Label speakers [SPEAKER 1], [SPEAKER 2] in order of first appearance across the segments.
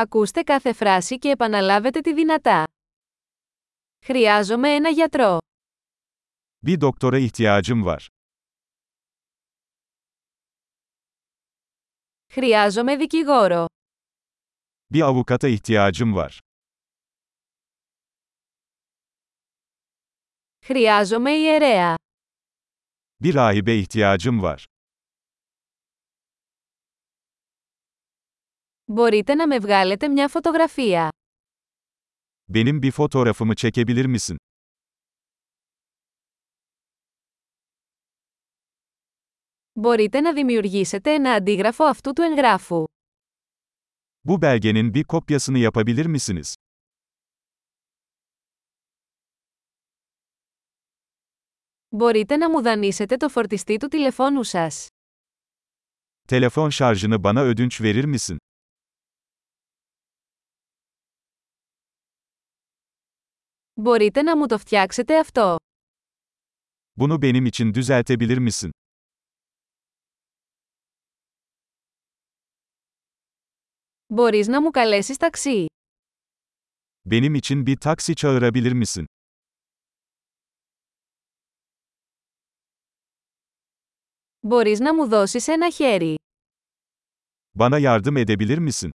[SPEAKER 1] Ακούστε κάθε φράση και επαναλάβετε τη δυνατά. Χρειάζομαι ένα γιατρό.
[SPEAKER 2] Bir doktora ihtiyacım var.
[SPEAKER 1] Χρειάζομαι δικηγόρο.
[SPEAKER 2] Bir avukata ihtiyacım var.
[SPEAKER 1] Χρειάζομαι ιερέα.
[SPEAKER 2] Bir rahibe ihtiyacım var.
[SPEAKER 1] Μπορείτε να με βγάλετε μια φωτογραφία.
[SPEAKER 2] Benim bir fotoğrafımı çekebilir misin?
[SPEAKER 1] Μπορείτε να δημιουργήσετε ένα αντίγραφο αυτού του εγγράφου.
[SPEAKER 2] Bu belgenin bir kopyasını yapabilir misiniz?
[SPEAKER 1] Μπορείτε να μου δανείσετε το φορτιστή του τηλεφώνου σας.
[SPEAKER 2] Telefon şarjını bana ödünç verir misin?
[SPEAKER 1] Μπορείτε να μου το φτιάξετε αυτό.
[SPEAKER 2] Bunu benim için düzeltebilir misin?
[SPEAKER 1] Μπορείς να μου καλέσεις ταξί.
[SPEAKER 2] Benim için bir taksi çağırabilir misin?
[SPEAKER 1] Μπορείς να μου δώσεις ένα χέρι.
[SPEAKER 2] Bana yardım edebilir misin?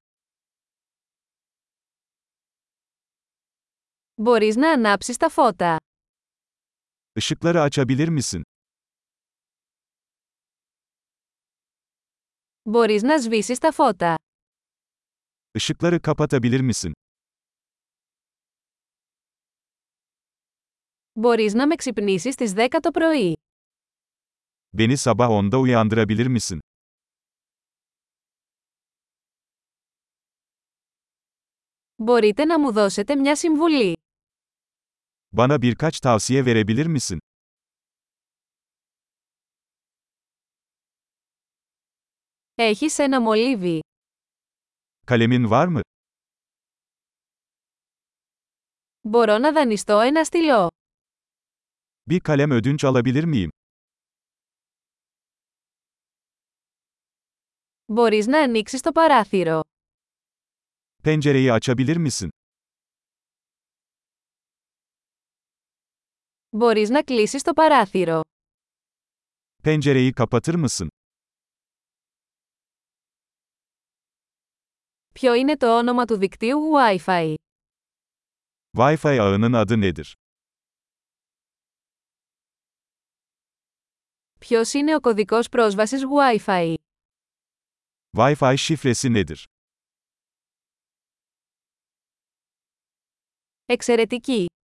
[SPEAKER 1] Μπορείς να ανάψεις τα φώτα.
[SPEAKER 2] Işıkları açabilir misin?
[SPEAKER 1] Μπορείς να σβήσεις τα φώτα.
[SPEAKER 2] Işıkları kapatabilir misin?
[SPEAKER 1] Μπορείς να με ξυπνήσεις στις 10 το πρωί.
[SPEAKER 2] Beni sabah 10'da uyandırabilir misin?
[SPEAKER 1] Μπορείτε να μου δώσετε μια συμβουλή.
[SPEAKER 2] Bana birkaç tavsiye verebilir misin?
[SPEAKER 1] Έχεις ένα μολύβι.
[SPEAKER 2] Kalemin var mı?
[SPEAKER 1] Μπορώ να δανειστώ ένα στυλό.
[SPEAKER 2] Bir kalem ödünç alabilir miyim?
[SPEAKER 1] Μπορείς να ανοίξεις το παράθυρο.
[SPEAKER 2] Pencereyi açabilir misin?
[SPEAKER 1] Μπορείς να κλείσεις το παράθυρο.
[SPEAKER 2] Pencereyi kapatır mısın?
[SPEAKER 1] Ποιο είναι το όνομα του δικτύου Wi-Fi.
[SPEAKER 2] Wi-Fi ağının adı nedir?
[SPEAKER 1] Ποιος είναι ο κωδικός πρόσβασης Wi-Fi.
[SPEAKER 2] Wi-Fi şifresi nedir?
[SPEAKER 1] Εξαιρετική!